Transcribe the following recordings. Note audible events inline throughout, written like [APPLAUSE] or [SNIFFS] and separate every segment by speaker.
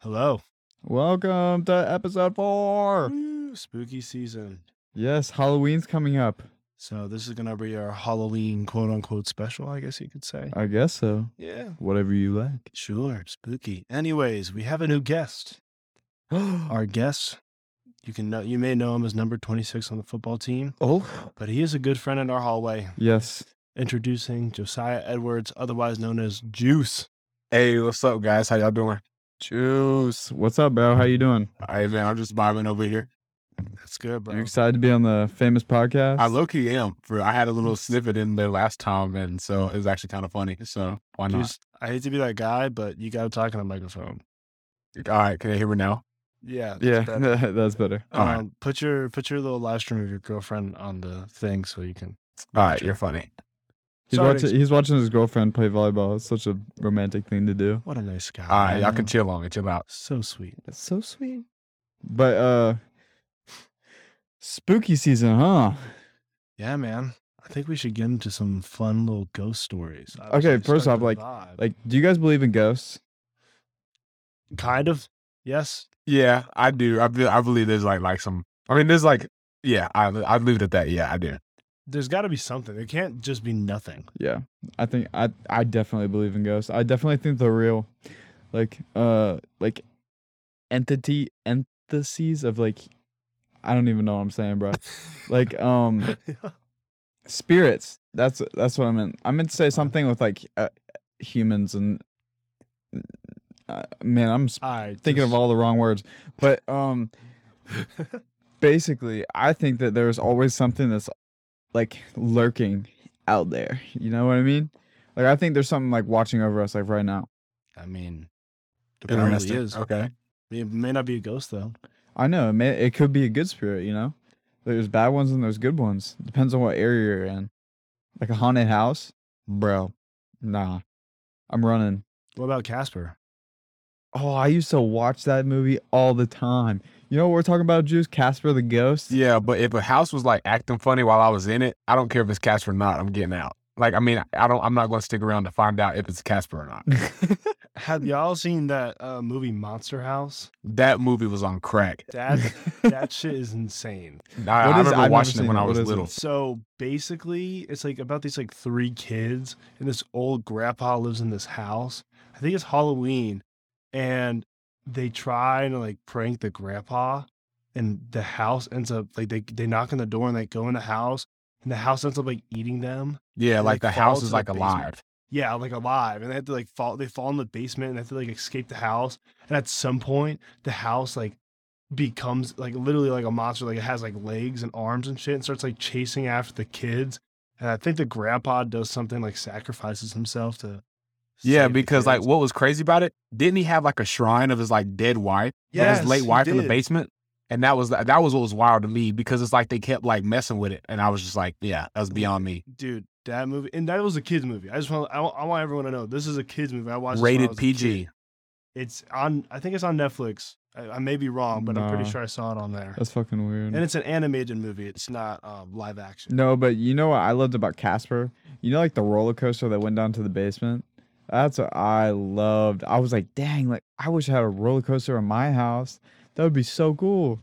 Speaker 1: Hello.
Speaker 2: Welcome to episode four.
Speaker 1: Woo, spooky season.
Speaker 2: Yes, Halloween's coming up.
Speaker 1: So this is gonna be our Halloween quote unquote special, I guess you could say.
Speaker 2: I guess so.
Speaker 1: Yeah.
Speaker 2: Whatever you [GASPS] like.
Speaker 1: Uh, Sure. Spooky. Anyways, we have a new guest. Our guest, you can know you may know him as number twenty six on the football team,
Speaker 2: oh,
Speaker 1: but he is a good friend in our hallway.
Speaker 2: yes.
Speaker 1: Introducing Josiah Edwards, otherwise known as Juice.
Speaker 3: Hey, what's up, guys? How y'all doing?
Speaker 2: Juice. What's up, bro? How you doing?
Speaker 1: Uh,
Speaker 3: All right, man. I'm just vibing over here.
Speaker 1: That's good, bro.
Speaker 2: You excited to be on the famous podcast?
Speaker 3: I low key am. For I had a little snippet in there last time, and so it was actually kind of funny. So why not?
Speaker 1: Juice, I hate to be that guy, but you gotta talk on a microphone.
Speaker 3: All right, can you hear me now?
Speaker 1: Yeah. that's
Speaker 2: Yeah,
Speaker 1: better.
Speaker 2: [LAUGHS] that's better.
Speaker 3: All right.
Speaker 1: Um, Put your put your little live stream of your girlfriend on the thing so you can.
Speaker 3: All right,
Speaker 1: Sure.
Speaker 3: you're funny.
Speaker 2: He's
Speaker 1: Sorry to
Speaker 2: watching.
Speaker 1: ex-
Speaker 2: He's watching his girlfriend play volleyball. It's such a romantic thing to do.
Speaker 1: What a nice guy.
Speaker 3: All right, y'all
Speaker 1: man.
Speaker 3: can chill on me. Chill out.
Speaker 1: So sweet.
Speaker 2: That's so sweet. But uh, spooky season, huh?
Speaker 1: Yeah, man. I think we should get into some fun little ghost stories. I was
Speaker 2: Okay,
Speaker 1: just
Speaker 2: first
Speaker 1: starting
Speaker 2: off,
Speaker 1: to
Speaker 2: like-
Speaker 1: vibe.
Speaker 2: Like, do you guys believe in ghosts?
Speaker 1: kind of. Yes.
Speaker 3: Yeah, I do. I be, I believe there's like like some. I mean, there's like yeah. I I leave it at that. Yeah, I do.
Speaker 1: There's got to be something. It can't just be
Speaker 2: [LAUGHS]
Speaker 1: nothing.
Speaker 2: Yeah, I think I I definitely believe in ghosts. I definitely think they're real, like uh like entity entities of like I don't even know what I'm saying, bro. like um spirits. That's that's what I meant. I meant to say something with like uh, humans and uh, man, I'm sp-
Speaker 1: All right.
Speaker 2: thinking of all the wrong words. But um basically, I think that there's always something that's like lurking out there. You know what I mean? Like I think there's something like watching over us like right now.
Speaker 1: I mean, it probably is.
Speaker 3: Okay.
Speaker 1: It may not be a ghost though.
Speaker 2: I know it may it could be a good spirit, you know? There's bad ones and there's good ones. Depends on what area you're in. Like a haunted house, bro. Nah. I'm running.
Speaker 1: What about Casper?
Speaker 2: Oh, I used to watch that movie all the time. You know what we're talking about, Juice? Casper the Ghost?
Speaker 3: Yeah, but if a house was like acting funny while I was in it, I don't care if it's Casper or not. I'm getting out. Like, I mean, I don't. I'm not going to stick around to find out if it's Casper
Speaker 1: [LAUGHS]
Speaker 3: or not.
Speaker 2: [LAUGHS]
Speaker 1: Have y'all seen that uh, movie Monster House?
Speaker 3: that movie was on crack.
Speaker 1: That
Speaker 2: [LAUGHS]
Speaker 1: that shit is insane.
Speaker 3: I, I
Speaker 2: What is-
Speaker 3: remember
Speaker 2: I've never
Speaker 3: watching
Speaker 2: seen
Speaker 3: it when
Speaker 2: it.
Speaker 3: I
Speaker 2: What
Speaker 3: was
Speaker 2: is it?
Speaker 3: little.
Speaker 1: So basically, it's like about these like three kids, and this old grandpa lives in this house. I think it's Halloween, and they try and like prank the grandpa, and the house ends up like they they knock on the door and they go in the house, and the house ends up like eating them.
Speaker 3: Yeah,
Speaker 1: And
Speaker 3: like
Speaker 1: they
Speaker 3: the
Speaker 1: fall
Speaker 3: house
Speaker 1: to
Speaker 3: is
Speaker 1: the
Speaker 3: like
Speaker 1: basement.
Speaker 3: alive.
Speaker 1: Yeah, like alive, and they have to like fall. They fall in the basement and they have to like escape the house. And at some point, the house like becomes like literally like a monster. Like it has like legs and arms and shit, and starts like chasing after the kids. And I think the grandpa does something like sacrifices himself to.
Speaker 3: Yeah,
Speaker 1: save the
Speaker 3: because like
Speaker 1: kids.
Speaker 3: what was crazy about it? Didn't he have like a shrine of his like dead wife, of
Speaker 1: Yes,
Speaker 3: his late
Speaker 1: he
Speaker 3: wife in the
Speaker 1: did.
Speaker 3: basement? And that was that was what was wild to me because it's like they kept like messing with it, and I was just like, yeah, that was beyond me.
Speaker 1: dude, that movie, and that was a kids movie. I just want I, want- I want everyone to know this is a kids movie. I watched this when I
Speaker 3: Rated
Speaker 1: was a kid.
Speaker 3: PG.
Speaker 1: It's on. I think it's on Netflix. I, I may be wrong, but I'm
Speaker 2: Nah.
Speaker 1: pretty sure I saw it on there.
Speaker 2: That's fucking weird.
Speaker 1: And it's an animated movie. It's not um, live action.
Speaker 2: Mm. No, but you know what I loved about Casper? You know, like the roller coaster that went down to the basement? That's what I loved. I was like, dang, like I wish I had a roller coaster in my house. That would be so cool.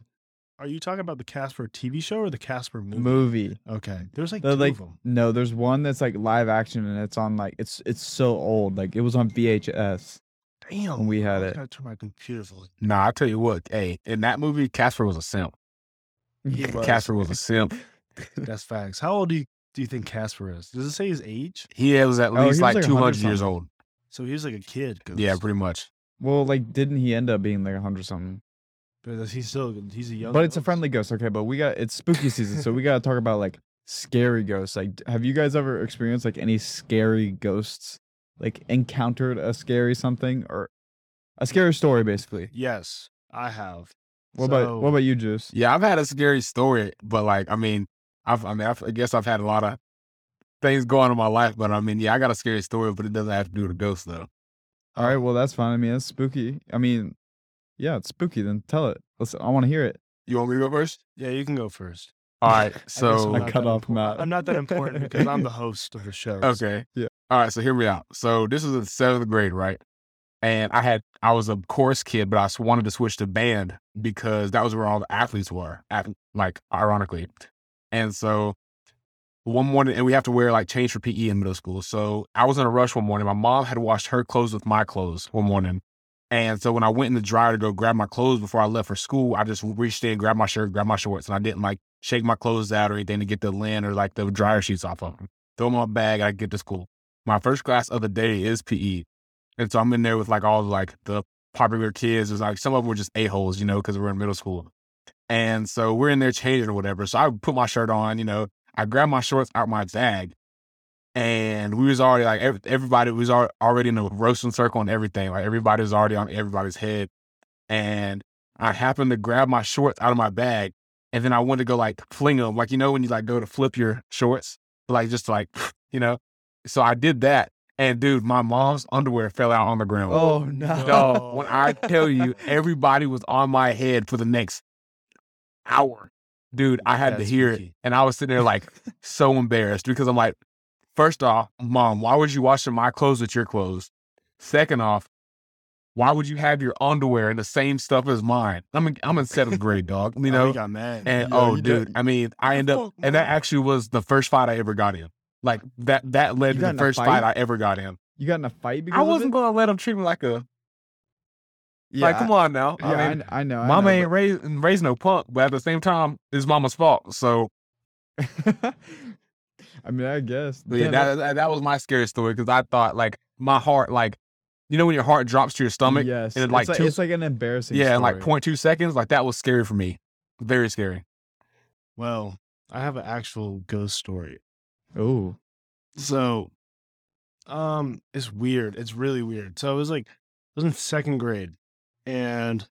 Speaker 1: Are you talking about the Casper TV show or the Casper movie?
Speaker 2: Movie.
Speaker 1: Okay, there's like
Speaker 2: They're
Speaker 1: two
Speaker 2: like-
Speaker 1: of them.
Speaker 2: No, there's one that's like live action and it's on like it's it's so old. Like it was on VHS.
Speaker 1: Damn,
Speaker 2: when we had
Speaker 1: I
Speaker 2: it.
Speaker 1: gotta turn my computer for
Speaker 2: [LAUGHS]
Speaker 1: like-
Speaker 3: Nah, I tell you what, hey, in that movie, Casper was a simp.
Speaker 1: He was.
Speaker 3: Casper was a simp.
Speaker 1: That's facts. How old do you do you think Casper is? Does it say his age?
Speaker 3: He was at
Speaker 2: Oh, he
Speaker 3: least
Speaker 2: was,
Speaker 3: like,
Speaker 2: like,
Speaker 3: 200
Speaker 2: 100
Speaker 3: years
Speaker 2: something.
Speaker 3: old.
Speaker 1: So he was like a kid. Ghost.
Speaker 3: Yeah, pretty much.
Speaker 2: Well, like didn't he end up being like a hundred something?
Speaker 1: but is he still he's a young.
Speaker 2: But it's a
Speaker 1: ghost.
Speaker 2: friendly ghost, okay? But we got it's spooky season, so we gotta talk about like scary ghosts. Like, d- have you guys ever experienced like any scary ghosts? Like encountered a scary something or a scary story, basically.
Speaker 1: Yes, I have.
Speaker 2: What about
Speaker 1: So-
Speaker 2: what about you, Juice?
Speaker 3: Yeah, I've had a scary story, but like, I mean, I've, I mean, I've, I guess I've had a lot of things going on in my life, but I mean, yeah, I got a scary story, but it doesn't have to do with a ghost though. uh
Speaker 2: All right, well that's fine. I mean, it's spooky. I mean, yeah, it's spooky. Then tell it. Listen, I want to hear it.
Speaker 3: You want me to go first?
Speaker 1: Yeah, you can go first.
Speaker 3: All
Speaker 1: [LAUGHS]
Speaker 3: right,
Speaker 1: I guess I'm
Speaker 2: I
Speaker 3: so
Speaker 1: not
Speaker 2: cut
Speaker 1: that
Speaker 2: off
Speaker 1: impor-
Speaker 2: Matt.
Speaker 1: I'm not that important because
Speaker 2: [LAUGHS]
Speaker 1: I'm the host of the show.
Speaker 3: okay,
Speaker 2: Yeah.
Speaker 3: All right, so hear me out. So this is in seventh grade, right? and I had I was a chorus kid, but I s- wanted to switch to band because that was where all the athletes were, ath- like ironically. And so one morning, and we have to wear like change for PE in middle school. So I was in a rush one morning. My mom had washed her clothes with my clothes one morning. And so when I went in the dryer to go grab my clothes before I left for school, I just reached in, grabbed my shirt, grabbed my shorts, and I didn't like shake my clothes out or anything to get the lint or like the dryer sheets off of them. Throw them in my bag, and I get to school. My first class of the day is PE. And so I'm in there with like all like the popular kids. It was like some of them were just a-holes, you know, because we're in middle school. And so we're in there changing or whatever. So I put my shirt on, you know, I grabbed my shorts out my bag. And we was already like, ev- everybody was al- already in a roasting circle and everything. Like everybody was already on everybody's head. And I happened to grab my shorts out of my bag. And then I went to go like fling them. Like, you know, when you like go to flip your shorts, like just like, [LAUGHS] you know. So I did that. And dude, my mom's underwear fell out on the ground.
Speaker 2: Oh no.
Speaker 3: [LAUGHS]
Speaker 1: No.
Speaker 3: Dog, when I tell you, everybody was on my head for the next hour. Dude, I had
Speaker 2: That's
Speaker 3: to hear it.
Speaker 2: freaky.
Speaker 3: And I was sitting there like so embarrassed because I'm like, first off, mom, why was you washing my clothes with your clothes? Second off, why would you have your underwear and the same stuff as mine? I'm in, I'm
Speaker 2: [LAUGHS]
Speaker 3: in seventh grade, dog. You know,
Speaker 1: I got mad.
Speaker 3: and
Speaker 1: Yeah,
Speaker 3: oh,
Speaker 1: you did-
Speaker 3: dude, I mean, I
Speaker 1: You
Speaker 3: end up,
Speaker 1: fuck,
Speaker 3: and that
Speaker 1: man.
Speaker 3: actually was the first fight I ever got in. Like that, that led
Speaker 2: You
Speaker 3: to
Speaker 2: got
Speaker 3: the
Speaker 2: in a
Speaker 3: first
Speaker 2: fight?
Speaker 3: fight I ever got in.
Speaker 2: You got in a fight because
Speaker 3: I
Speaker 2: of
Speaker 3: wasn't
Speaker 2: it?
Speaker 3: gonna let him treat me like a
Speaker 2: Yeah,
Speaker 3: like, come on now.
Speaker 2: I,
Speaker 3: I
Speaker 2: yeah,
Speaker 3: mean,
Speaker 2: I, I know. I know,
Speaker 3: mama ain't raised raised no punk, but at the same time, it's mama's fault. So
Speaker 2: but- [LAUGHS] I mean, I guess.
Speaker 3: yeah,
Speaker 2: Damn,
Speaker 3: that, that that was my scary story because I thought like my heart, like you know when your heart drops to your stomach,
Speaker 2: Yes,
Speaker 3: and it, like,
Speaker 2: it's, like
Speaker 3: two-
Speaker 2: it's like an embarrassing.
Speaker 3: yeah, in like
Speaker 2: story.
Speaker 3: 0.2 seconds, like that was scary for me, very scary.
Speaker 1: Well, I have an actual ghost story.
Speaker 2: Oh,
Speaker 1: So, um, it's weird. It's really weird. So it was like, I was in second grade, and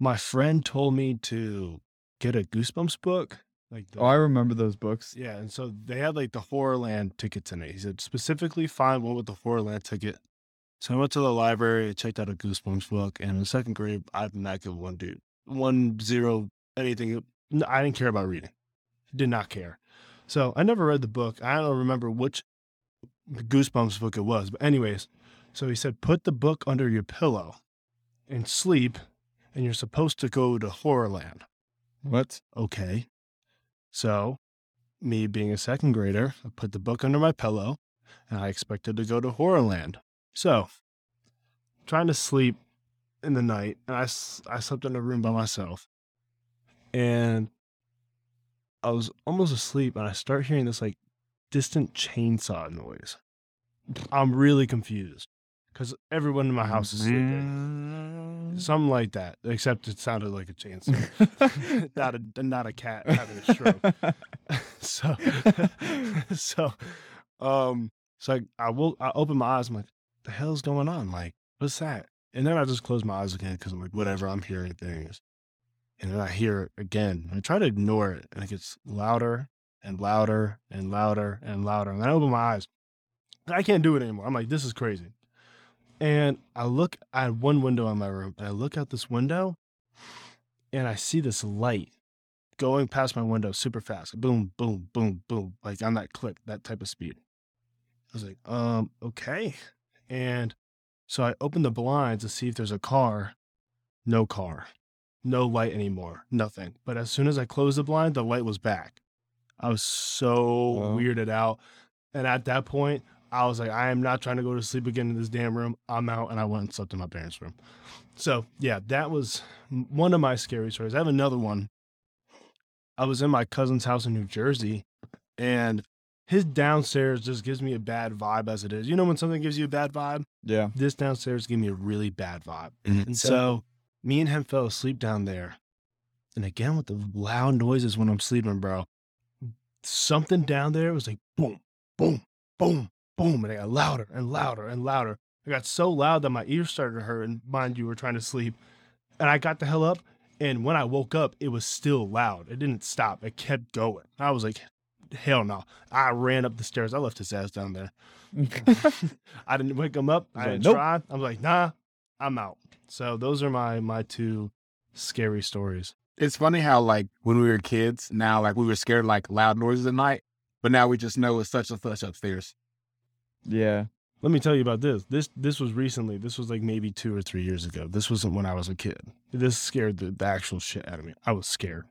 Speaker 1: my friend told me to get a Goosebumps book. Like, the,
Speaker 2: oh, I remember those books.
Speaker 1: yeah, and so they had like the Horrorland tickets in it. He said specifically find one with the Horrorland ticket. So I went to the library, I checked out a Goosebumps book, and in second grade, I did not give one dude one zero anything. No, I didn't care about reading, did not care. So I never read the book. I don't remember which Goosebumps book it was, but anyways, so he said put the book under your pillow and sleep, and you're supposed to go to Horrorland
Speaker 2: What?
Speaker 1: okay. So, me being a second grader, I put the book under my pillow and I expected to go to Horrorland. So, trying to sleep in the night, and I, s- I slept in a room by myself. And I was almost asleep, and I start hearing this like distant chainsaw noise. I'm really confused because everyone in my house is sleeping.
Speaker 2: Mm-hmm.
Speaker 1: Something like [LAUGHS] that, except it sounded like a chainsaw [LAUGHS] not a not a cat having a stroke. so [LAUGHS] so um so I, I will I open my eyes. I'm like, the hell's going on? Like, what's that? And then I just close my eyes again because I'm like, whatever. I'm hearing things, and then I hear it again. I try to ignore it, and it gets louder and louder and louder and louder. And then I open my eyes. I can't do it anymore. I'm like, this is crazy. And I look at one window in my room, and I look out this window, and I see this light going past my window super fast. Boom, boom, boom, boom. Like on that clip, that type of speed. I was like, um, okay. And so I opened the blinds to see if there's a car. No car. No light anymore. Nothing. But as soon as I closed the blind, the light was back. I was so
Speaker 2: Wow.
Speaker 1: weirded out. And at that point, I was like, I am not trying to go to sleep again in this damn room. I'm out. And I went and slept in my parents' room. So, yeah, that was m- one of my scary stories. I have another one. I was in my cousin's house in New Jersey, and his downstairs just gives me a bad vibe as it is. You know, when something gives you a bad vibe,
Speaker 2: [LAUGHS] yeah. [LAUGHS]
Speaker 1: this downstairs gave me a really bad vibe.
Speaker 3: Mhm.
Speaker 1: And so, me and him fell asleep down there. And again, with the loud noises when I'm sleeping, bro, something down there was like boom, boom, boom, boom. And it got louder and louder and louder. It got so loud that my ears started to hurt. And mind you, we're trying to sleep. And I got the hell up. And when I woke up, it was still loud. It didn't stop, it kept going. I was like, hell no. I ran up the stairs. I left his ass down there. [LAUGHS] I didn't wake him up.
Speaker 2: He's
Speaker 1: I
Speaker 2: like,
Speaker 1: didn't
Speaker 2: "Nope."
Speaker 1: try. I was like, nah, I'm out. So those are my my two scary stories.
Speaker 3: It's funny how like when we were kids, now like we were scared of, like loud noises at night, but now we just know it's such and such upstairs.
Speaker 2: yeah.
Speaker 1: Let me tell you about this. This this was recently. This was like maybe two or three years ago. This wasn't when I was a kid. This scared the, the actual shit out of me. I was scared.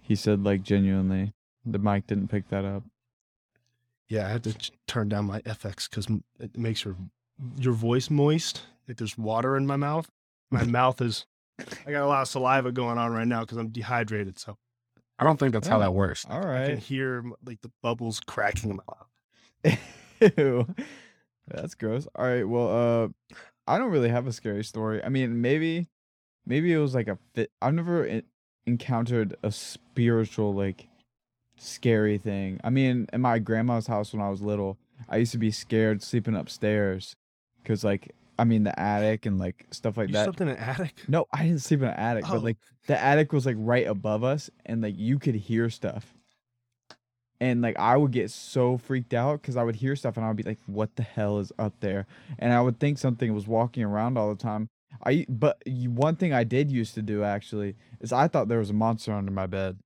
Speaker 2: He said like genuinely. The mic didn't pick that up.
Speaker 1: Yeah, I had to ch- turn down my FX because it makes your your voice moist. Like there's water in my mouth.
Speaker 2: [LAUGHS]
Speaker 1: My mouth is. I got a lot of saliva going on right now because I'm dehydrated. So
Speaker 3: I don't think that's how
Speaker 2: Yeah.
Speaker 3: that works.
Speaker 2: All
Speaker 1: I can
Speaker 2: right.
Speaker 1: hear like the bubbles cracking in my mouth.
Speaker 2: Ew. That's gross. All right. Well, uh, I don't really have a scary story. I mean, maybe, maybe it was like a fit. I've never en- encountered a spiritual like scary thing. I mean, in my grandma's house when I was little, I used to be scared sleeping upstairs because like I mean the attic and like stuff like
Speaker 1: you
Speaker 2: that.
Speaker 1: slept in an attic.
Speaker 2: No, I didn't sleep in an attic,
Speaker 1: Oh.
Speaker 2: but like the attic was like right above us and like you could hear stuff. And like I would get so freaked out because I would hear stuff and I would be like, what the hell is up there? And I would think something was walking around all the time. I but you, one thing I did used to do actually is I thought there was a monster under my bed.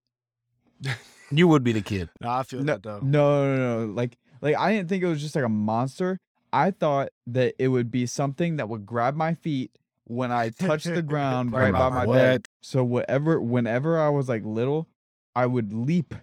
Speaker 3: You would be the kid.
Speaker 1: No, I feel that though.
Speaker 3: Oh.
Speaker 2: No, no, no. Like like I didn't think it was just like a monster. I thought that it would be something that would grab my feet when I touched the ground
Speaker 1: Right
Speaker 2: right by
Speaker 1: about
Speaker 2: my bed. So whatever whenever I was like little, I would leap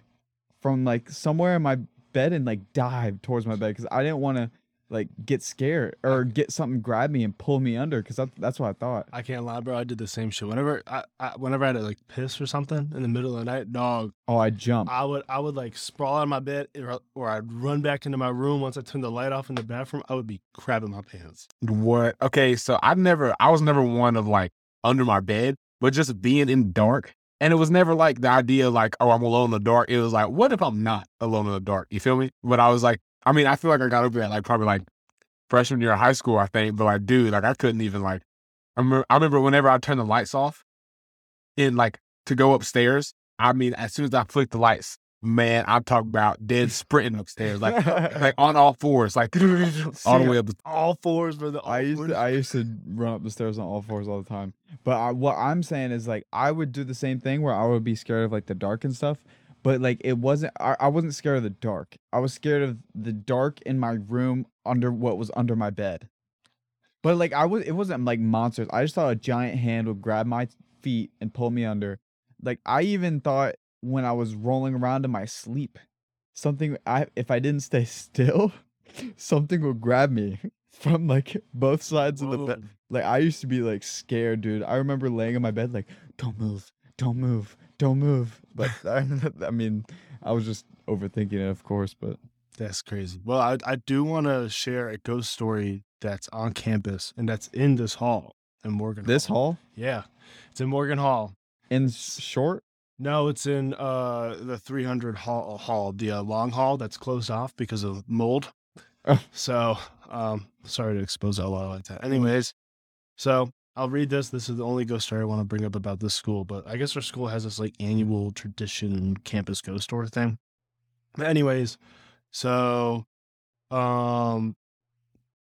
Speaker 2: from like somewhere in my bed and like dive towards my bed cuz I didn't want to like get scared or get something grab me and pull me under cuz that's what I thought.
Speaker 1: I can't lie, bro. I did the same shit. Whenever I, I whenever I had to like piss or something in the middle of the night, dog,
Speaker 2: Oh, I jumped.
Speaker 1: I would I would like sprawl out of my bed or, or I'd run back into my room once I turned the light off in the bathroom. I would be crabbing my
Speaker 2: [LAUGHS]
Speaker 1: pants.
Speaker 3: What? Okay, so I never, I was never one of like under my bed, but just being in dark. And it was never like the idea like, oh, I'm alone in the dark. It was like, what if I'm not alone in the dark? You feel me? But I was like, I mean, I feel like I got over that like probably like freshman year of high school, I think. But like, dude, like I couldn't even like, I remember, I remember whenever I turned the lights off and like to go upstairs, I mean, as soon as I flicked the lights, man, I'm talking about dead sprinting upstairs,
Speaker 2: [LAUGHS]
Speaker 3: like, "Oh, like on all fours, like all the way up the
Speaker 1: All fours for the all
Speaker 2: I used
Speaker 1: fours.
Speaker 2: to, I used to run up the stairs on all fours all the time. But I, what I'm saying is like I would do the same thing where I would be scared of like the dark and stuff. But like it wasn't I, I wasn't scared of the dark. I was scared of the dark in my room under what was under my bed. But like I was it wasn't like monsters. I just thought a giant hand would grab my feet and pull me under. Like I even thought when I was rolling around in my sleep, something I if I didn't stay [LAUGHS] still, something would grab me [LAUGHS] from like both sides of the bed. Like I used to be like scared, dude. I remember laying in my bed like, "Don't move, don't move, don't move."
Speaker 1: [LAUGHS]
Speaker 2: But I, [LAUGHS] I mean, I was just overthinking it, of course. But
Speaker 1: That's crazy. Well, I, I do want to share a ghost story that's on campus and that's in this hall in Morgan.
Speaker 2: this hall,
Speaker 1: Yeah, it's in Morgan Hall.
Speaker 2: in s- short,
Speaker 1: No, it's in uh the 300 hall, hall the uh, long hall that's closed off because of mold.
Speaker 2: Oh.
Speaker 1: so, um, sorry to expose a lot like that. Anyways, so I'll read this. This is the only ghost story I want to bring up about this school, but I guess our school has this like annual tradition campus ghost story thing. But anyways, so, um,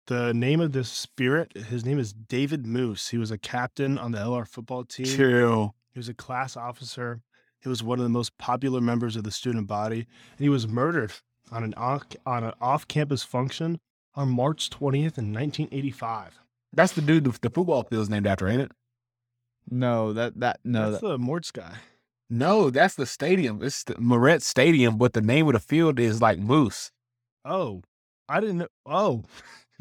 Speaker 1: the name of this spirit, his name is David Moose. He was a captain on the LR football team.
Speaker 3: chill.
Speaker 1: He was a class officer. He was one of the most popular members of the student body, and he was murdered on an off, on an off-campus function on March 20th in 1985.
Speaker 3: That's the dude the, the football field's named after, ain't it?
Speaker 2: no, that that no,
Speaker 1: That's
Speaker 2: that,
Speaker 1: the Mortz guy.
Speaker 3: No, that's the stadium. It's the Moret Stadium, but the name of the field is like Moose.
Speaker 1: Oh, I didn't know. Oh,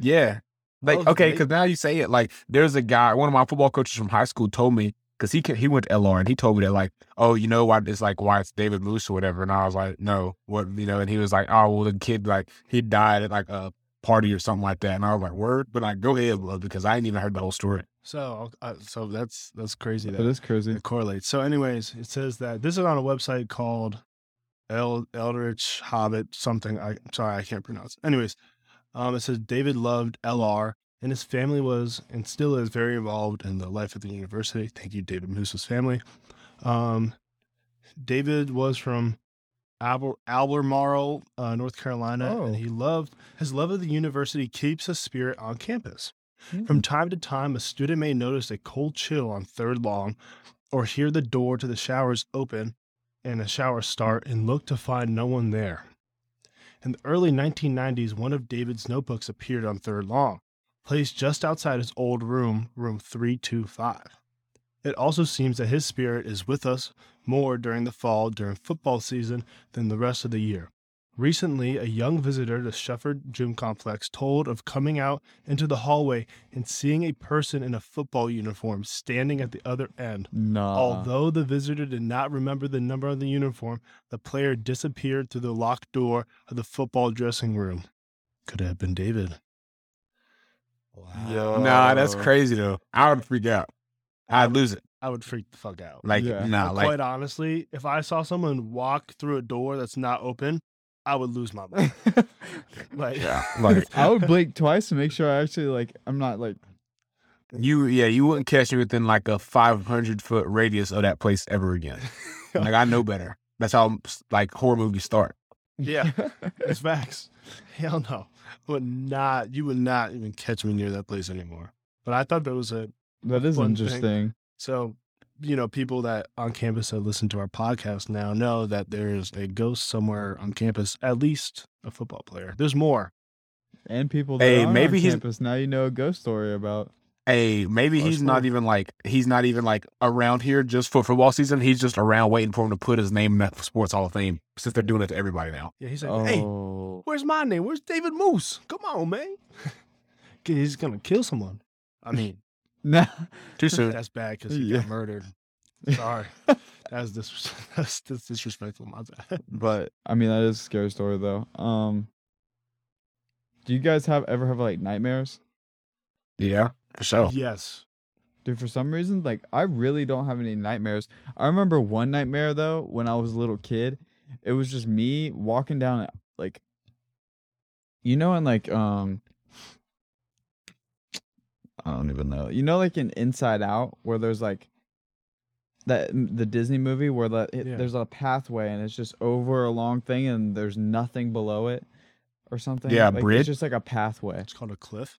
Speaker 3: Yeah. Like,
Speaker 1: Oh,
Speaker 3: okay,
Speaker 1: they-
Speaker 3: because now you say it, like, there's a guy, one of my football coaches from high school told me, because he, ca- he went to LR and he told me that, like, oh, you know why it's like, why it's David Moose or whatever. And I was like, no, what, you know, and he was like, oh, well, the kid, like, he died at like a party or something like that. And I was like, word, but like, go ahead, bro, because I ain't even heard the whole story.
Speaker 1: so uh, so that's that's crazy.
Speaker 2: [LAUGHS] that
Speaker 1: That
Speaker 2: is
Speaker 1: [LAUGHS]
Speaker 2: crazy.
Speaker 1: it correlates. So, anyways, it says that this is on a website called El- Eldritch Hobbit something. I sorry, I can't pronounce. it. Anyways, um, it says David loved LR, and his family was and still is very involved in the life of the university. Thank you, David Moose's family. Um, David was from Alber- Albemarle, uh, North Carolina,
Speaker 2: Oh.
Speaker 1: and he loved his love of the university keeps his spirit on campus. From time to time, a student may notice a cold chill on third long or hear the door to the showers open and a shower start and look to find no one there. In the early 1990s, one of David's notebooks appeared on Third Long, placed just outside his old room, room 325. It also seems that his spirit is with us more during the fall during football season than the rest of the year. Recently, a young visitor to Shefford Gym Complex told of coming out into the hallway and seeing a person in a football uniform standing at the other end.
Speaker 3: Uh-uh.
Speaker 2: Nah.
Speaker 1: Although the visitor did not remember the number on the uniform, the player disappeared through the locked door of the football dressing room. Could have been David.
Speaker 2: Yo.
Speaker 3: Nah, that's
Speaker 2: Oh.
Speaker 3: crazy though. I would freak out. I'd lose it.
Speaker 1: I would freak the fuck out.
Speaker 3: Like,
Speaker 2: Yeah.
Speaker 3: nah,
Speaker 1: But
Speaker 3: like,
Speaker 1: quite honestly, if I saw someone walk through a door that's not open, I would lose my
Speaker 3: [LAUGHS]
Speaker 1: mind. Like,
Speaker 3: yeah,
Speaker 1: [LAUGHS]
Speaker 3: like
Speaker 2: I would blink twice to make sure I actually like I'm not like
Speaker 3: you, yeah, you wouldn't catch me within like a 500 foot radius of that place ever again. [LAUGHS]
Speaker 2: [LAUGHS]
Speaker 3: like, I know better. That's how like horror movies start.
Speaker 1: Yeah. it's facts. Hell no, would not. You would not even catch me near that place anymore. But I thought that was a
Speaker 2: [LAUGHS] that is
Speaker 1: One thing.
Speaker 2: interesting.
Speaker 1: So, you know, people that on campus that listen to our podcast now know that there's a ghost somewhere on campus, at least a football player. There's more.
Speaker 2: And people that
Speaker 3: Hey,
Speaker 2: are
Speaker 3: maybe
Speaker 2: on
Speaker 3: he's-
Speaker 2: campus now you know a ghost story about.
Speaker 3: Hey, maybe
Speaker 2: Oh,
Speaker 3: he's
Speaker 2: sure.
Speaker 3: not even like he's not even like around here just for football season. He's just around waiting for him to put his name in that sports hall of fame since they're doing it to
Speaker 2: [LAUGHS]
Speaker 3: everybody now.
Speaker 1: Yeah, he's like, hey,
Speaker 2: Oh. [LAUGHS]
Speaker 1: where's my name? Where's David Moose? Come on, [LAUGHS] man. 'Kay, he's going to kill someone. I [LAUGHS] mean,
Speaker 2: Nah.
Speaker 3: Too soon.
Speaker 1: that's bad because he
Speaker 2: Yeah.
Speaker 1: got murdered. [LAUGHS] Sorry. That was dis- [LAUGHS] that's, that's disrespectful. My bad.
Speaker 2: But I mean that is a scary story though. Um Do you guys have ever have like nightmares?
Speaker 3: yeah, for
Speaker 1: Oh.
Speaker 3: sure.
Speaker 1: Yes.
Speaker 2: Dude, for some reason, like I really don't have any nightmares. I remember one nightmare though when I was a little kid. It was just me walking down like you know in like um I don't even know. You know like in Inside Out where there's like that the Disney movie where the, it,
Speaker 1: Yeah.
Speaker 2: there's a pathway and it's just over a long thing and there's nothing below it or something.
Speaker 3: Yeah, a
Speaker 2: like,
Speaker 3: bridge?
Speaker 2: It's just like a pathway.
Speaker 1: It's called a cliff.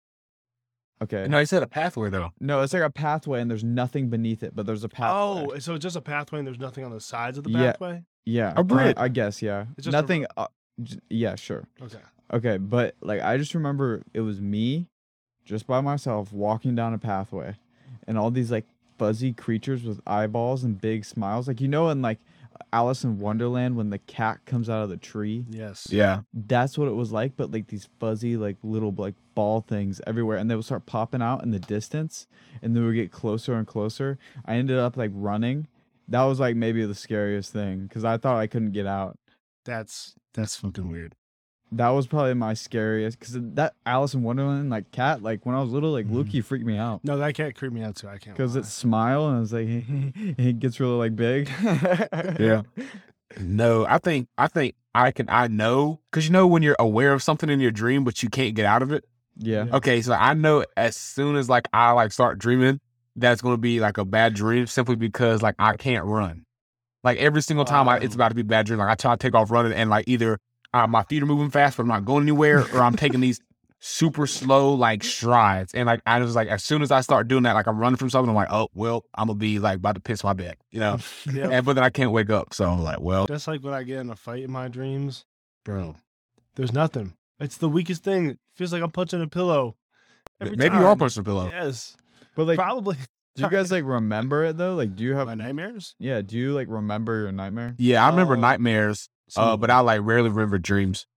Speaker 2: Okay.
Speaker 3: No, he said a pathway though.
Speaker 2: No, it's like a pathway and there's nothing beneath it, but there's a pathway.
Speaker 1: Oh, so it's just a pathway and there's nothing on the sides of the
Speaker 2: Yeah.
Speaker 1: pathway?
Speaker 2: Yeah,
Speaker 3: A
Speaker 2: I-
Speaker 3: bridge.
Speaker 2: I, guess. Yeah,
Speaker 1: It's just a
Speaker 2: nothing. Uh, j- yeah, sure.
Speaker 1: Okay.
Speaker 2: Okay, but like I just remember it was me, just by myself, walking down a pathway, and all these like fuzzy creatures with eyeballs and big smiles, like you know in like Alice in Wonderland when the cat comes out of the tree.
Speaker 1: Yes.
Speaker 3: Yeah,
Speaker 2: That's what it was like, but like these fuzzy like little like ball things everywhere, and they would start popping out in the distance, and they would get closer and closer. I ended up like running. That was like maybe the scariest thing because I thought I couldn't get out.
Speaker 1: That's that's fucking weird.
Speaker 2: That was probably my scariest because that Alice in Wonderland like cat like when I was little like
Speaker 3: Mhm.
Speaker 2: Lukey freaked me out
Speaker 1: No, that can't creep me out too. I can't.
Speaker 2: because
Speaker 1: lie.
Speaker 2: it smile and I was like [LAUGHS] it gets really like big. [LAUGHS]
Speaker 3: Yeah. No, I think I think I can I know because you know when you're aware of something in your dream but you can't get out of it.
Speaker 2: yeah.
Speaker 1: Yeah.
Speaker 3: Okay, so I know as soon as like I like start dreaming, that's gonna be like a bad dream simply because like I can't run. Like every single time I, it's
Speaker 1: Wow.
Speaker 3: about to be a bad dream. Like I try to take off running and like either uh, my feet are moving fast but I'm not going anywhere or I'm taking these super slow like strides and like I just like as soon as I start doing that like I'm running from something I'm like oh well I'm gonna be like about to piss my bed you know
Speaker 1: Yeah.
Speaker 3: [LAUGHS] and but then I can't wake up so I'm like well
Speaker 1: That's like when I get in a fight in my dreams, bro. There's nothing. It's the weakest thing. It feels like I'm punching a pillow. every
Speaker 3: maybe you are
Speaker 1: time.
Speaker 3: punching a pillow.
Speaker 1: Yes,
Speaker 2: But like,
Speaker 1: probably. [LAUGHS]
Speaker 2: do you guys like remember it though? Like, do you
Speaker 1: My
Speaker 2: have?
Speaker 1: nightmares.
Speaker 2: Yeah. Do you like remember your nightmare?
Speaker 3: Yeah, I remember
Speaker 1: Oh. Mm.
Speaker 3: nightmares, uh, but I like rarely remember dreams.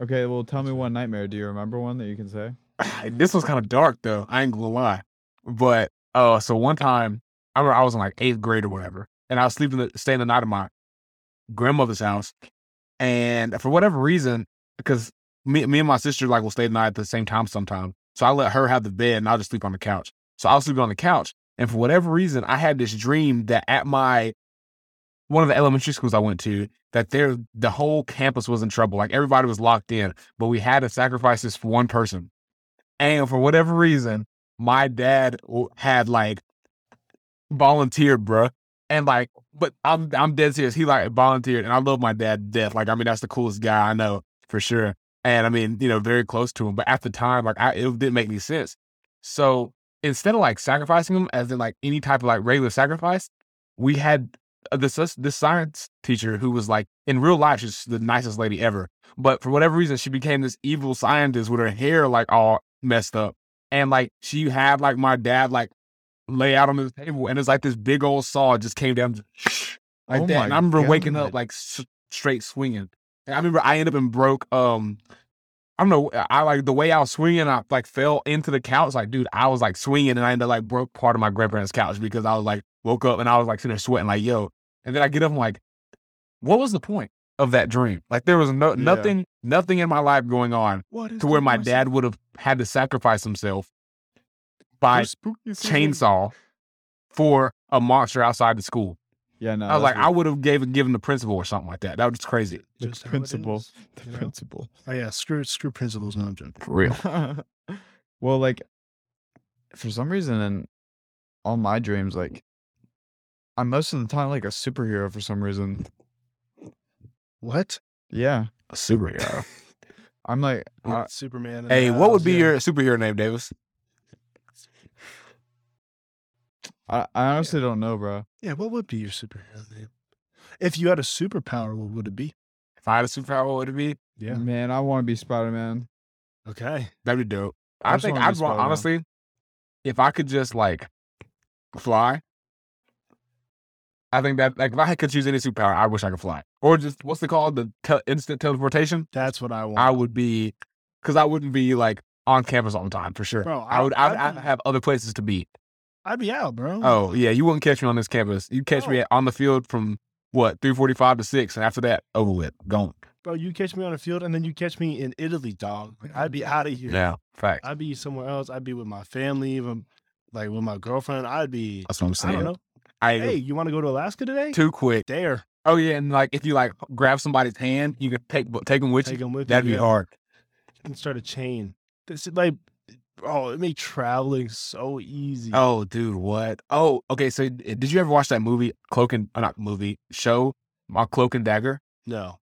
Speaker 2: Okay. Well, tell me one nightmare. Do you remember one that you can say?
Speaker 3: [SIGHS] this was kind of dark though. I ain't gonna lie. But uh, so one time, I remember I was in like eighth grade or whatever, and I was sleeping, the, staying the night at my grandmother's house, and for whatever reason, because me, me and my sister like will stay the night at the same time sometimes, so I let her have the bed and I'll just sleep on the couch. So I was sleeping on the couch, and for whatever reason, I had this dream that at my one of the elementary schools I went to, that there the whole campus was in trouble, like everybody was locked in, but we had to sacrifice this for one person. And for whatever reason, my dad w- had like volunteered, bruh. And like, but I'm I'm dead serious. He like volunteered, and I love my dad to death. Like, I mean, that's the coolest guy I know for sure. And I mean, you know, very close to him. But at the time, like, I, it didn't make any sense. So instead of like sacrificing him as in like any type of like regular sacrifice, we had uh, this this- this science teacher who was like in real life she's the nicest lady ever, but for whatever reason she became this evil scientist with her hair like all messed up, and like she had like my dad like lay out on his table, and it's like this big old saw just came down just [SNIFFS] like
Speaker 2: Oh
Speaker 3: that,
Speaker 2: my
Speaker 3: and I remember waking up
Speaker 2: God.
Speaker 3: like s- straight swinging. And I remember I ended up in broke. Um, I don't know. I like the way I was swinging. I like fell into the couch. Like, dude, I was like swinging, and I ended up like broke part of my grandparents' couch because I was like woke up and I was like sitting there sweating, like yo. And then I get up, I'm like, what was the point of that dream? Like, there was
Speaker 2: Yeah.
Speaker 3: no nothing, nothing in my life going on
Speaker 1: What is
Speaker 3: to where my dad would have had to sacrifice himself by chainsaw for a monster outside the school.
Speaker 2: Yeah, no.
Speaker 3: I was like,
Speaker 2: that's
Speaker 3: I would have gave given the principal or something like that. That was just crazy.
Speaker 2: the
Speaker 1: Just how it
Speaker 2: principal.
Speaker 1: is,
Speaker 2: [LAUGHS] weird.
Speaker 1: you
Speaker 2: the
Speaker 1: know?
Speaker 2: principal.
Speaker 1: Oh yeah, screw screw principals. No, I'm joking.
Speaker 3: For real.
Speaker 2: well, like for some reason in all my dreams, like I'm most of the time like a superhero for some reason.
Speaker 1: What?
Speaker 2: Yeah,
Speaker 3: A superhero.
Speaker 2: I'm like I,
Speaker 1: Superman. in the
Speaker 3: Uh, hey, what would
Speaker 1: house,
Speaker 3: be
Speaker 1: yeah.
Speaker 3: your superhero name, Davis?
Speaker 2: I, I honestly don't know, bro.
Speaker 1: Yeah, what would be your superhero name? If you had a superpower, what would it be?
Speaker 3: If I had a superpower, what would it be?
Speaker 1: Yeah.
Speaker 2: Man, I want to be Spider Man.
Speaker 1: Okay.
Speaker 3: That'd be dope.
Speaker 2: I
Speaker 3: I
Speaker 2: just
Speaker 3: think
Speaker 2: wanna be
Speaker 3: I'd want,
Speaker 2: Spider-Man.
Speaker 3: honestly, if I could just like fly, I think that like if I could choose any superpower, I wish I could fly. Or just what's it called? The te- instant teleportation.
Speaker 1: That's what I want.
Speaker 3: I would be, because I wouldn't be like on campus all the time for sure.
Speaker 1: Bro,
Speaker 3: I,
Speaker 1: I-
Speaker 3: would. I'd,
Speaker 1: I'd
Speaker 3: I'd
Speaker 1: be-
Speaker 3: have other places to be.
Speaker 1: I'd be out, bro.
Speaker 3: Oh yeah, you wouldn't catch me on this campus. You catch me
Speaker 1: No.
Speaker 3: at, on the field from what three forty five to six, and after that, over with, gone.
Speaker 1: Bro, you catch me on the field and then you catch me in Italy, dog. Like, I'd be out of here.
Speaker 3: Yeah, fact.
Speaker 1: I'd be somewhere else. I'd be with my family, even like with my girlfriend. I'd be
Speaker 3: That's what I'm
Speaker 1: I
Speaker 3: saying.
Speaker 1: don't know.
Speaker 3: I-
Speaker 1: Hey, you want to go to Alaska today?
Speaker 3: too quick.
Speaker 1: Dare.
Speaker 3: Oh yeah, and like if you like grab somebody's hand, you could take take them with
Speaker 1: Take
Speaker 3: you.
Speaker 1: them with
Speaker 3: That'd
Speaker 1: you.
Speaker 3: be
Speaker 1: yeah,
Speaker 3: hard.
Speaker 1: And start a chain. This is like oh, it made traveling so easy.
Speaker 3: Oh dude, what? Oh okay. So d- did you ever watch that movie Cloak and uh, not movie show, uh, Cloak and Dagger?
Speaker 1: No.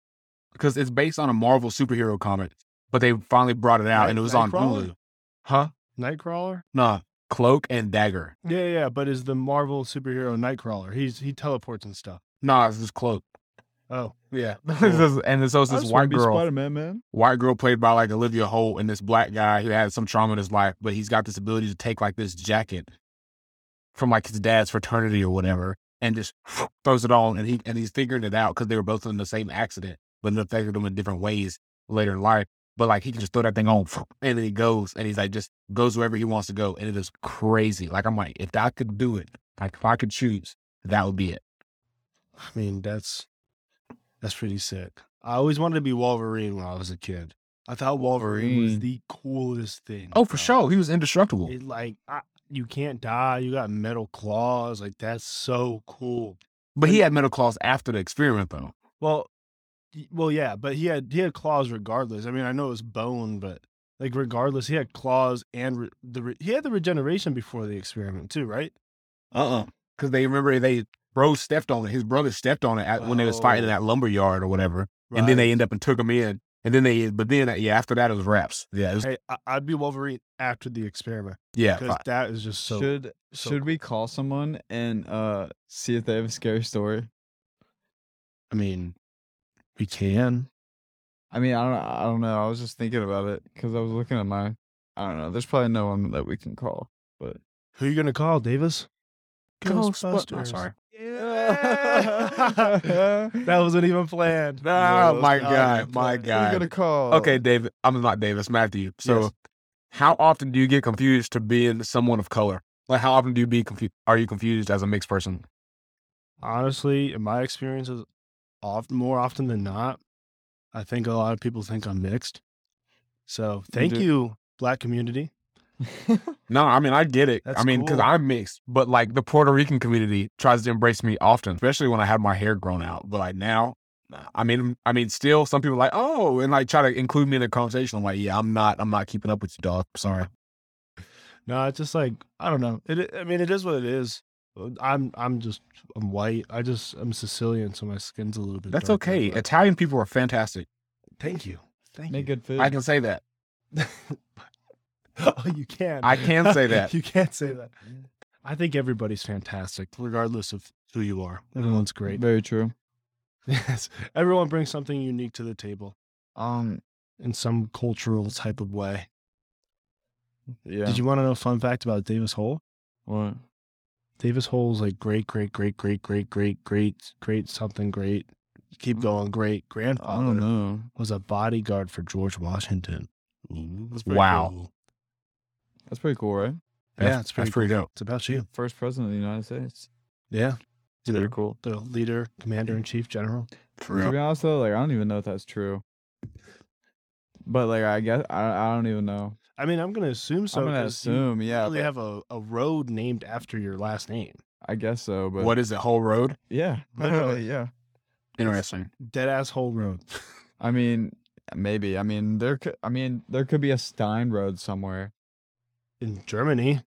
Speaker 3: Because it's based on a Marvel superhero comic, but they finally brought it out
Speaker 1: Night-
Speaker 3: and it was on
Speaker 1: Nightcrawler?
Speaker 3: Hulu. Huh?
Speaker 1: Nightcrawler?
Speaker 3: Nah, Cloak and Dagger.
Speaker 1: Yeah, yeah, yeah, but is the Marvel superhero Nightcrawler. He's he teleports and stuff.
Speaker 3: Nah, it's just Cloak. [LAUGHS]
Speaker 1: Oh.
Speaker 3: Yeah,
Speaker 1: Cool.
Speaker 3: and so it's this white girl,
Speaker 2: Spider Man, man.
Speaker 3: white girl played by like Olivia Holt, and this black guy who had some trauma in his life, but he's got this ability to take like this jacket from like his dad's fraternity or whatever, and just [LAUGHS] throws it on, and he and he's figuring it out because they were both in the same accident, but it affected them in different ways later in life. But like he can just throw that thing on, [LAUGHS] and then he goes, and he's like just goes wherever he wants to go, and it is crazy. Like I'm like, if I could do it, like if I could choose, that would be it.
Speaker 1: I mean, that's that's pretty sick. I always wanted to be Wolverine when I was a kid. I thought Wolverine, was
Speaker 2: Wolverine.
Speaker 1: the coolest thing.
Speaker 3: Oh,
Speaker 1: bro.
Speaker 3: for sure, he was indestructible.
Speaker 1: It, like I, you can't die. You got metal claws. Like that's so cool.
Speaker 3: But he had metal claws after the experiment, though.
Speaker 1: Well, y- well, yeah, but he had he had claws regardless. I mean, I know it was bone, but like regardless, he had claws and re- the re- he had the regeneration before the experiment too, right?
Speaker 3: Uh uh Because they remember they bro stepped on it. His brother stepped on it at, when they was fighting in
Speaker 1: Oh.
Speaker 3: that lumber yard or whatever. And then they end up and took him in. And then they, but then yeah, after that it was raps. Yeah, it was,
Speaker 1: Hey, I, I'd be Wolverine after the experiment
Speaker 3: yeah.
Speaker 1: because that is just so.
Speaker 2: should
Speaker 1: so
Speaker 2: should we call someone and uh see if they have a scary story?
Speaker 1: I mean, we can.
Speaker 2: I mean, I don't I don't know. I was just thinking about it because I was looking at my. I don't know. There's probably no one that we can call.
Speaker 1: Who you gonna call, Davis?
Speaker 3: I'm sorry.
Speaker 1: [LAUGHS]
Speaker 2: [LAUGHS]
Speaker 1: that wasn't even planned.
Speaker 3: Oh
Speaker 2: that's
Speaker 3: my
Speaker 2: not
Speaker 3: god,
Speaker 2: even
Speaker 3: my
Speaker 2: Who are we
Speaker 3: god.
Speaker 2: gonna call?
Speaker 3: Okay, David. I'm not Davis. Matthew. So,
Speaker 2: Yes.
Speaker 3: how often do you get confused to being someone of color? Like, how often do you be confused? Are you confused as a mixed person?
Speaker 1: Honestly, in my experiences, often more often than not, I think a lot of people think I'm mixed. So thank
Speaker 2: do-
Speaker 1: you, black community.
Speaker 3: No, I mean I get it. I
Speaker 1: That's
Speaker 3: mean because
Speaker 1: cool.
Speaker 3: I'm mixed, but like the Puerto Rican community tries to embrace me often, especially when I had my hair grown out. But like now, I mean, I mean, still some people are like oh, and like try to include me in the conversation. I'm like, yeah, I'm not, I'm not keeping up with you, dog. Sorry.
Speaker 1: No, it's just like I don't know. It. I mean, it is what it is. Uh, I'm. I'm just. I'm white. I just. I'm Sicilian, so my skin's a little bit.
Speaker 3: That's
Speaker 1: darker,
Speaker 3: okay.
Speaker 1: but-
Speaker 3: Italian people are fantastic.
Speaker 1: Thank you. Thank
Speaker 2: Make
Speaker 1: you.
Speaker 2: good food.
Speaker 3: I can say that.
Speaker 1: [LAUGHS] oh, you can.
Speaker 3: I can say
Speaker 1: [LAUGHS]
Speaker 3: that.
Speaker 1: you can't say that. I think everybody's fantastic, regardless of who you are. Everyone's great.
Speaker 2: Very true.
Speaker 1: [LAUGHS] Yes. Everyone brings something unique to the table
Speaker 2: Um.
Speaker 1: in some cultural type of way.
Speaker 2: Yeah.
Speaker 1: Did you want to know a fun fact about Davis Hole?
Speaker 2: What?
Speaker 1: Davis Hole's like great, great, great, great, great, great, great, great, something great. Keep going, great
Speaker 2: I don't
Speaker 1: grandfather
Speaker 2: know.
Speaker 1: was a bodyguard for George Washington.
Speaker 3: That's pretty Wow.
Speaker 1: cool.
Speaker 2: That's pretty cool, right?
Speaker 1: Yeah, it's pretty
Speaker 3: that's pretty dope.
Speaker 1: It's about you.
Speaker 2: First president of the United States.
Speaker 1: Yeah.
Speaker 2: It's pretty cool.
Speaker 1: The leader, commander in chief, general.
Speaker 2: To
Speaker 3: For
Speaker 2: be
Speaker 3: real.
Speaker 2: honest though, like I don't even know if that's true. But like I guess I I don't even know.
Speaker 1: I mean, I'm going to assume so.
Speaker 2: I'm gonna
Speaker 1: 'cause you
Speaker 2: assume, yeah.
Speaker 1: probably
Speaker 2: but-
Speaker 1: have a, a road named after your last name.
Speaker 2: I guess so, but
Speaker 3: What is it? Whole road?
Speaker 2: Yeah, [LAUGHS] literally, yeah.
Speaker 3: Interesting.
Speaker 1: Dead asshole
Speaker 3: [LAUGHS]
Speaker 1: road.
Speaker 2: I mean, maybe. I mean, there could. I mean, there could be a Stein Road somewhere.
Speaker 1: in Germany.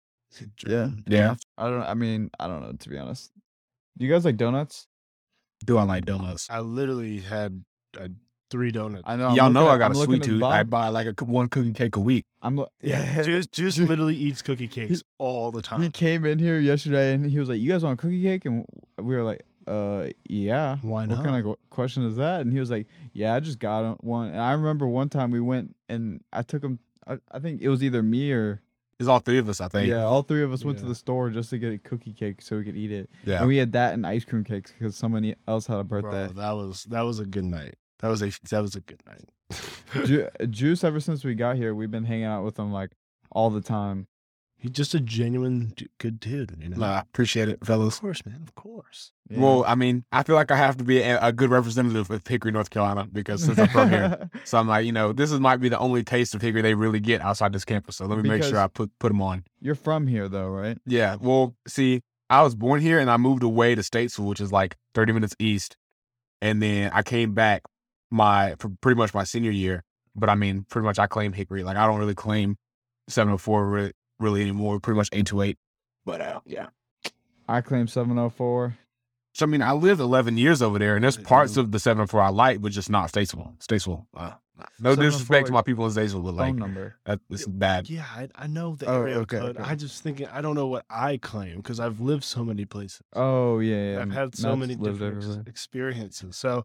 Speaker 2: Yeah.
Speaker 3: Yeah.
Speaker 2: I don't. I mean, I don't know. To be honest, you guys like donuts?
Speaker 3: Do I like donuts?
Speaker 1: I literally had uh, three donuts.
Speaker 2: I know. I'm
Speaker 3: Y'all know
Speaker 2: looking
Speaker 3: I
Speaker 2: at-
Speaker 3: got
Speaker 2: I'm
Speaker 3: a
Speaker 2: looking
Speaker 3: sweet
Speaker 2: at
Speaker 3: tooth.
Speaker 2: Bob.
Speaker 3: I buy like a coo- one cookie cake a week.
Speaker 2: I'm. lo-
Speaker 1: [LAUGHS] yeah,
Speaker 2: [LAUGHS] Yeah. uh
Speaker 1: Juice,
Speaker 3: [LAUGHS]
Speaker 1: Juice literally eats cookie cakes all the
Speaker 2: He
Speaker 1: time.
Speaker 2: came in here yesterday and he was like, "You guys want cookie cake?" And we were like, "Uh, yeah."
Speaker 1: Why
Speaker 2: What kind of go- question is that? And he was like, "Yeah, I just got on- one." And I remember one time we went and I took him. I, I think it was either me or
Speaker 3: It's all three of us, I think.
Speaker 2: yeah, all three of us went to
Speaker 1: Yeah.
Speaker 2: the store just to get a cookie cake so we could eat it.
Speaker 3: Yeah.
Speaker 2: And we had that and ice cream cakes because somebody else had a birthday.
Speaker 1: Bro, that was that was a good night. That was a that was a good
Speaker 3: [LAUGHS]
Speaker 1: night.
Speaker 2: Ju- Juice, ever since we got here, we've been hanging out with him like all the time.
Speaker 1: He's just a genuine d- good dude. You know?
Speaker 3: Nah, I appreciate it,
Speaker 1: Of
Speaker 3: fellas.
Speaker 1: course, man. Of course.
Speaker 2: Yeah.
Speaker 3: Well, I mean, I feel like I have to be a, a good representative of Hickory, North Carolina, because since I'm
Speaker 2: [LAUGHS]
Speaker 3: from here. So I'm like, you know, this is might be the only taste of Hickory they really get outside this campus. So let me make sure
Speaker 2: Because-
Speaker 3: I put put them on.
Speaker 2: You're from here though, right?
Speaker 3: Yeah. Well, see, I was born here and I moved away to Statesville, which is like 30 minutes east. And then I came back my for pretty much my senior year. But I mean, pretty much I claim Hickory. Like I don't really claim 704 really, really anymore. Pretty much 828. But uh, yeah.
Speaker 2: I claim 704.
Speaker 3: So I mean, I lived 11 years over there, and there's
Speaker 1: Mhm.
Speaker 3: parts of the 704 I like, but just not Statesville. Statesville. Uh,
Speaker 2: 704
Speaker 3: no disrespect to my people in Statesville, but like
Speaker 2: phone number.
Speaker 3: that, it's bad.
Speaker 1: Yeah, I, I know the
Speaker 2: Oh,
Speaker 1: area
Speaker 2: okay,
Speaker 1: code.
Speaker 2: okay.
Speaker 1: I just thinking I don't know what I claim because I've lived so many places.
Speaker 2: Oh yeah, yeah.
Speaker 1: I've
Speaker 2: m-
Speaker 1: had so
Speaker 2: Matt's
Speaker 1: many
Speaker 2: lived
Speaker 1: different ex-
Speaker 2: everywhere.
Speaker 1: experiences. So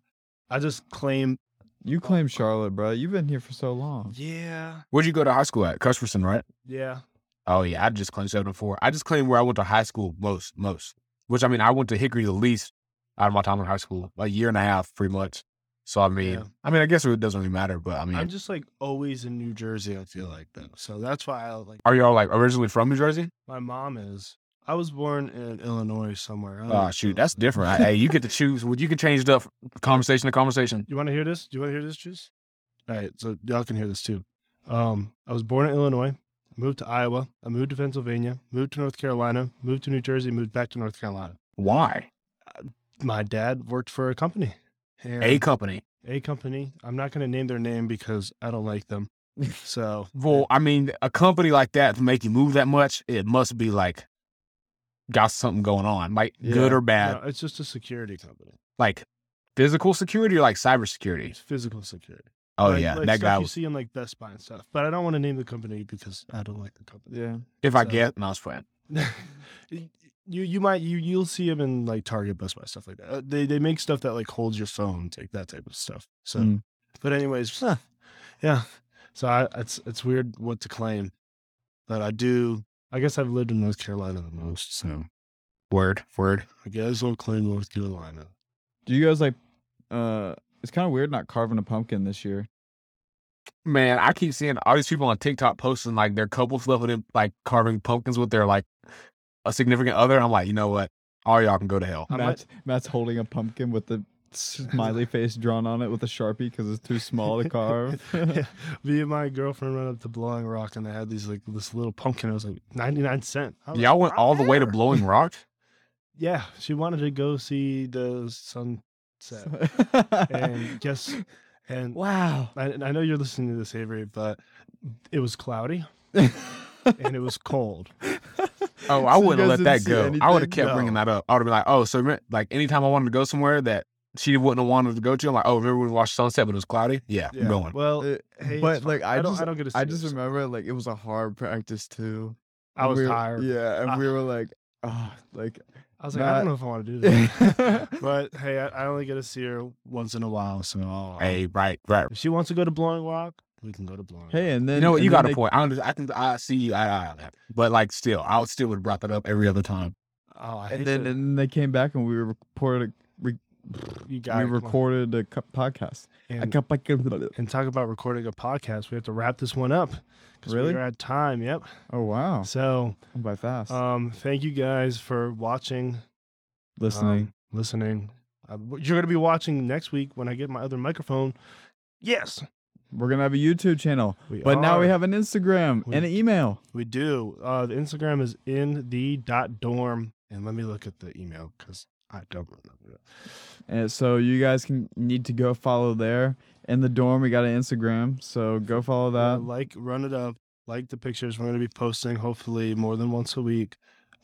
Speaker 1: I just claim. Oh,
Speaker 2: You claim Charlotte, bro. You've been here for so long.
Speaker 1: Yeah.
Speaker 3: Where'd you go to high school at? Custerson, right?
Speaker 1: Yeah.
Speaker 3: Oh yeah, I just claimed seven and four. I just claimed where I went to high school most, most. Which I mean, I went to Hickory the least out of my time in high school, a year and a half, pretty much. So I mean,
Speaker 1: Yeah.
Speaker 3: I mean, I guess it doesn't really matter. But I mean,
Speaker 1: I'm just like always in New Jersey. I feel like though, so that's why I like
Speaker 3: are y'all like originally from New Jersey?
Speaker 1: my mom is. I was born in Illinois somewhere. I don't
Speaker 3: Oh
Speaker 1: know.
Speaker 3: shoot, that's different. I- hey, you get to choose. Would you can change it up from conversation to conversation?
Speaker 1: You want to hear this? Do you want to hear this, Juice? All right, so y'all can hear this too. Um, I was born in Illinois, moved to Iowa, I moved to Pennsylvania, moved to North Carolina, moved to New Jersey, moved back to North Carolina.
Speaker 3: Why
Speaker 1: My dad worked for a company. and-
Speaker 3: a company?
Speaker 1: a company. I'm not going to name their name because I don't like them. So
Speaker 3: Well, I mean, a company like that to make you move that much, it must be like got something going on, like good
Speaker 2: Yeah.
Speaker 3: or bad,
Speaker 1: no, it's just a security company.
Speaker 3: like physical security or like cybersecurity.
Speaker 1: It's physical security.
Speaker 3: Oh
Speaker 1: Like-
Speaker 3: yeah,
Speaker 1: like
Speaker 3: that
Speaker 1: stuff
Speaker 3: guy
Speaker 1: you
Speaker 3: was.
Speaker 1: see in like Best Buy and stuff. But I don't want to name the company because I don't like the company.
Speaker 2: Yeah.
Speaker 3: If I
Speaker 1: So-
Speaker 3: get, no, I was playing.
Speaker 1: [LAUGHS] you you might you you'll see them in like Target, Best Buy, stuff like that. Uh, They they make stuff that like holds your phone, like that type of stuff. So,
Speaker 2: Mm.
Speaker 1: but anyways, huh, yeah. So I, it's it's weird what to claim, but I do. I guess I've lived in North Carolina the most, so
Speaker 3: Word, word.
Speaker 1: I guess I'll claim North Carolina.
Speaker 2: Do you guys like? Uh, it's kind of weird not carving a pumpkin this year.
Speaker 3: Man, I keep seeing all these people on TikTok posting like their couples level them like carving pumpkins with their like a significant other. I'm like, you know what? All y'all can go to hell.
Speaker 1: I might-
Speaker 2: Matt's, Matt's holding a pumpkin with the smiley face drawn on it with a sharpie because it's too small to carve.
Speaker 1: Yeah. Me and my girlfriend went up to Blowing Rock, and they had these like this little pumpkin. It was like ninety nine cent. I was like,
Speaker 3: Y'all went
Speaker 1: "I'm
Speaker 3: all the way to
Speaker 1: there."
Speaker 3: Blowing Rock.
Speaker 1: Yeah, she wanted to go see the sunset.
Speaker 2: [LAUGHS]
Speaker 1: and guess and
Speaker 2: wow.
Speaker 1: I, and I know you're listening to this Avery, but it was cloudy and it was
Speaker 2: [LAUGHS]
Speaker 1: cold.
Speaker 3: [LAUGHS] Oh, I
Speaker 2: So you
Speaker 3: wouldn't
Speaker 2: guys
Speaker 3: let that go.
Speaker 2: didn't see
Speaker 3: I would have
Speaker 2: anything?
Speaker 3: kept bringing
Speaker 1: No.
Speaker 3: that up. I would have been like, oh, so remem- like anytime I wanted to go somewhere that she wouldn't have wanted to go to, I'm like, oh, remember when we watched sunset, but it was cloudy? Yeah, I'm going.
Speaker 1: Well,
Speaker 2: Uh,
Speaker 1: hey, it's
Speaker 2: but
Speaker 1: fine.
Speaker 2: like I,
Speaker 1: don't,
Speaker 2: just
Speaker 1: I don't get to see
Speaker 2: I just
Speaker 1: this.
Speaker 2: remember like it was a hard practice too.
Speaker 1: I
Speaker 2: And
Speaker 1: was
Speaker 2: we were-
Speaker 1: tired.
Speaker 2: Yeah, and we were like, ah, like
Speaker 1: I was like, I don't
Speaker 2: Not-
Speaker 1: know if I want to do this.
Speaker 2: yeah,
Speaker 1: but hey, I, I only get to see her once in a while, so I'll-
Speaker 2: um,
Speaker 3: Hey, right, right.
Speaker 1: if she wants to go to Blowing Rock, we can go to Blowing.
Speaker 2: [LAUGHS] hey,
Speaker 1: Rock.
Speaker 2: and then
Speaker 3: You know what?
Speaker 2: and
Speaker 3: You
Speaker 2: then
Speaker 3: got a
Speaker 2: they-
Speaker 3: point. I, under- I think I see you eye to eye on that. But like, still, I would still would have brought that up every other time.
Speaker 1: oh, I hate
Speaker 2: And then
Speaker 1: that
Speaker 2: and they came back and we reported. We,
Speaker 1: you got
Speaker 2: we
Speaker 1: it, come on.
Speaker 2: recorded a co- podcast. A
Speaker 1: And,
Speaker 2: co- podca-
Speaker 1: and talk about recording a podcast. We have to wrap this one up 'cause
Speaker 2: Really?
Speaker 1: we're at time. Yep.
Speaker 2: Oh wow! Uh,
Speaker 1: So,
Speaker 2: By fast
Speaker 1: um, thank you guys for watching,
Speaker 2: listening.
Speaker 1: um, listening. Uh, you're gonna be watching next week when I get my other microphone. Yes,
Speaker 3: Um,
Speaker 2: We're gonna have a YouTube channel,
Speaker 1: we
Speaker 2: but now we
Speaker 1: are.
Speaker 2: have an Instagram
Speaker 1: We-
Speaker 2: and an email.
Speaker 1: We do. Uh, the Instagram is in the dot dorm, and let me look at the email because I don't remember.
Speaker 2: And so you guys can need to go follow there. In the dorm, we got an Instagram, so go follow
Speaker 1: Uh,
Speaker 2: that.
Speaker 1: like, run it up. Like the pictures. We're going to be posting hopefully more than once a week.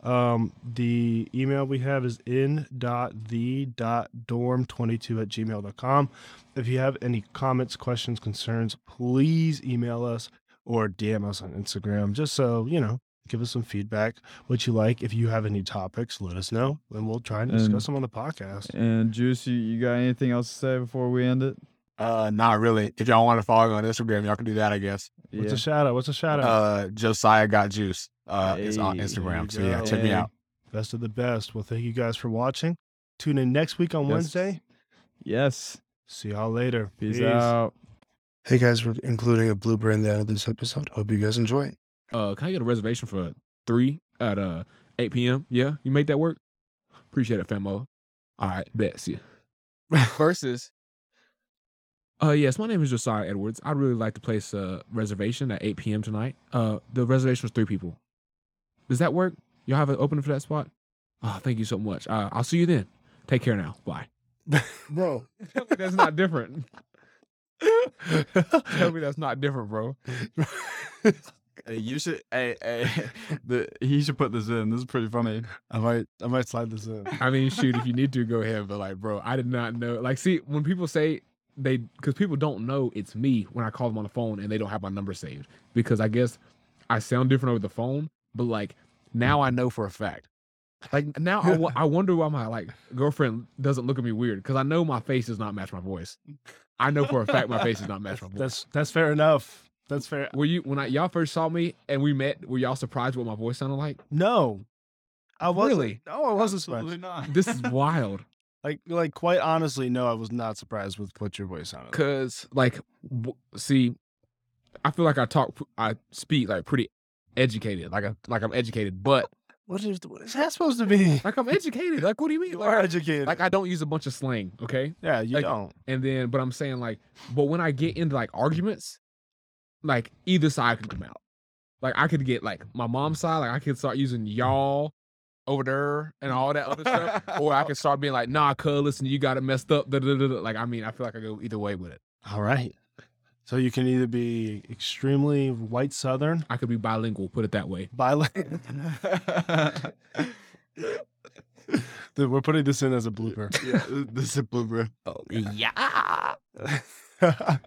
Speaker 1: Um, the email we have is in dot the dot dorm 22 at gmail.com. If you have any comments, questions, concerns, please email us or DM us on Instagram just so, you know, give us some feedback, what you like. If you have any topics, let us know and we'll try and discuss them on the podcast.
Speaker 2: And Juice, you, you got anything else to say before we end it?
Speaker 3: Uh, not really. If y'all want to follow me on Instagram, y'all can do that, I guess.
Speaker 1: What's a shout out? What's a shout out?
Speaker 3: Uh, Josiah got juice. Uh, is on
Speaker 2: Hey,
Speaker 1: you
Speaker 2: there
Speaker 3: Instagram. So yeah,
Speaker 1: go.
Speaker 3: check me
Speaker 2: Hey.
Speaker 3: out.
Speaker 1: Best of the best. Well, thank you guys for watching. Tune in next week on
Speaker 2: Yes.
Speaker 1: Wednesday.
Speaker 2: Yes.
Speaker 1: See y'all later.
Speaker 2: Peace, out.
Speaker 1: Hey guys, we're including a blooper in the end of this episode. Hope you guys enjoy it.
Speaker 4: Uh, can I get a reservation for three at uh 8 p.m.? Yeah, you make that work. Appreciate it, famo. All right, bet. See. [LAUGHS]
Speaker 3: Versus.
Speaker 4: ya. Uh, yes, my name is Josiah Edwards. I'd really like to place a reservation at 8 p.m. tonight. Uh, the reservation was three people. Does that work? Y'all have an opening for that spot? Oh, thank you so much. Uh, I'll see you then. Take care now. Bye.
Speaker 3: Bro.
Speaker 4: [LAUGHS] that's not different. Tell me that's not different, bro.
Speaker 2: you should. Hey, [LAUGHS]
Speaker 3: [LAUGHS]
Speaker 2: the, he should put this in. This is pretty funny.
Speaker 1: I might I might slide this in.
Speaker 4: I mean, shoot, if you need to, go ahead. But like, bro, I did not know. Like, see, when people say they, because people don't know it's me when I call them on the phone and they don't have my number saved because I guess I sound different over the phone. But like now I know for a fact. Like now
Speaker 1: [LAUGHS]
Speaker 4: I, wo- I wonder why my like girlfriend doesn't look at me weird because I know my face does not match my voice. I know for a fact my face does not match my voice.
Speaker 1: That's that's fair enough. That's fair.
Speaker 4: Were you when I, y'all first saw me and we met? Were y'all surprised what my voice sounded like?
Speaker 1: No. I wasn't
Speaker 4: Really?
Speaker 1: no, I wasn't surprised.
Speaker 2: not.
Speaker 3: [LAUGHS]
Speaker 4: This is wild.
Speaker 1: Like like quite honestly, no, I was not surprised with what your voice sounded like.
Speaker 4: Cause like, w- see, I feel like I talk, p- I speak like pretty educated, like I like I'm educated, but
Speaker 1: What is what is that supposed to [LAUGHS] be?
Speaker 4: [LAUGHS] like I'm educated. Like what do you mean?
Speaker 1: You
Speaker 4: Like,
Speaker 1: are educated.
Speaker 4: like I don't use a bunch of slang, okay?
Speaker 1: yeah, you
Speaker 4: like-
Speaker 1: don't.
Speaker 4: And then, but I'm saying like, but when I get into like arguments, like either side could come out. Like I could get like my mom's side, like I could start using y'all over there and all that other stuff, or I could start being like, nah, cuz, listen, you got it messed up. Da, da, da, da. Like I mean, I feel like I go either way with it.
Speaker 1: All right. So you can either be extremely white southern,
Speaker 4: I could be bilingual, put it that way.
Speaker 1: [LAUGHS] bilingual. Dude, we're putting this in as a blooper. [LAUGHS]
Speaker 3: Yeah, this is a blooper.
Speaker 4: Yeah.
Speaker 1: Ha ha.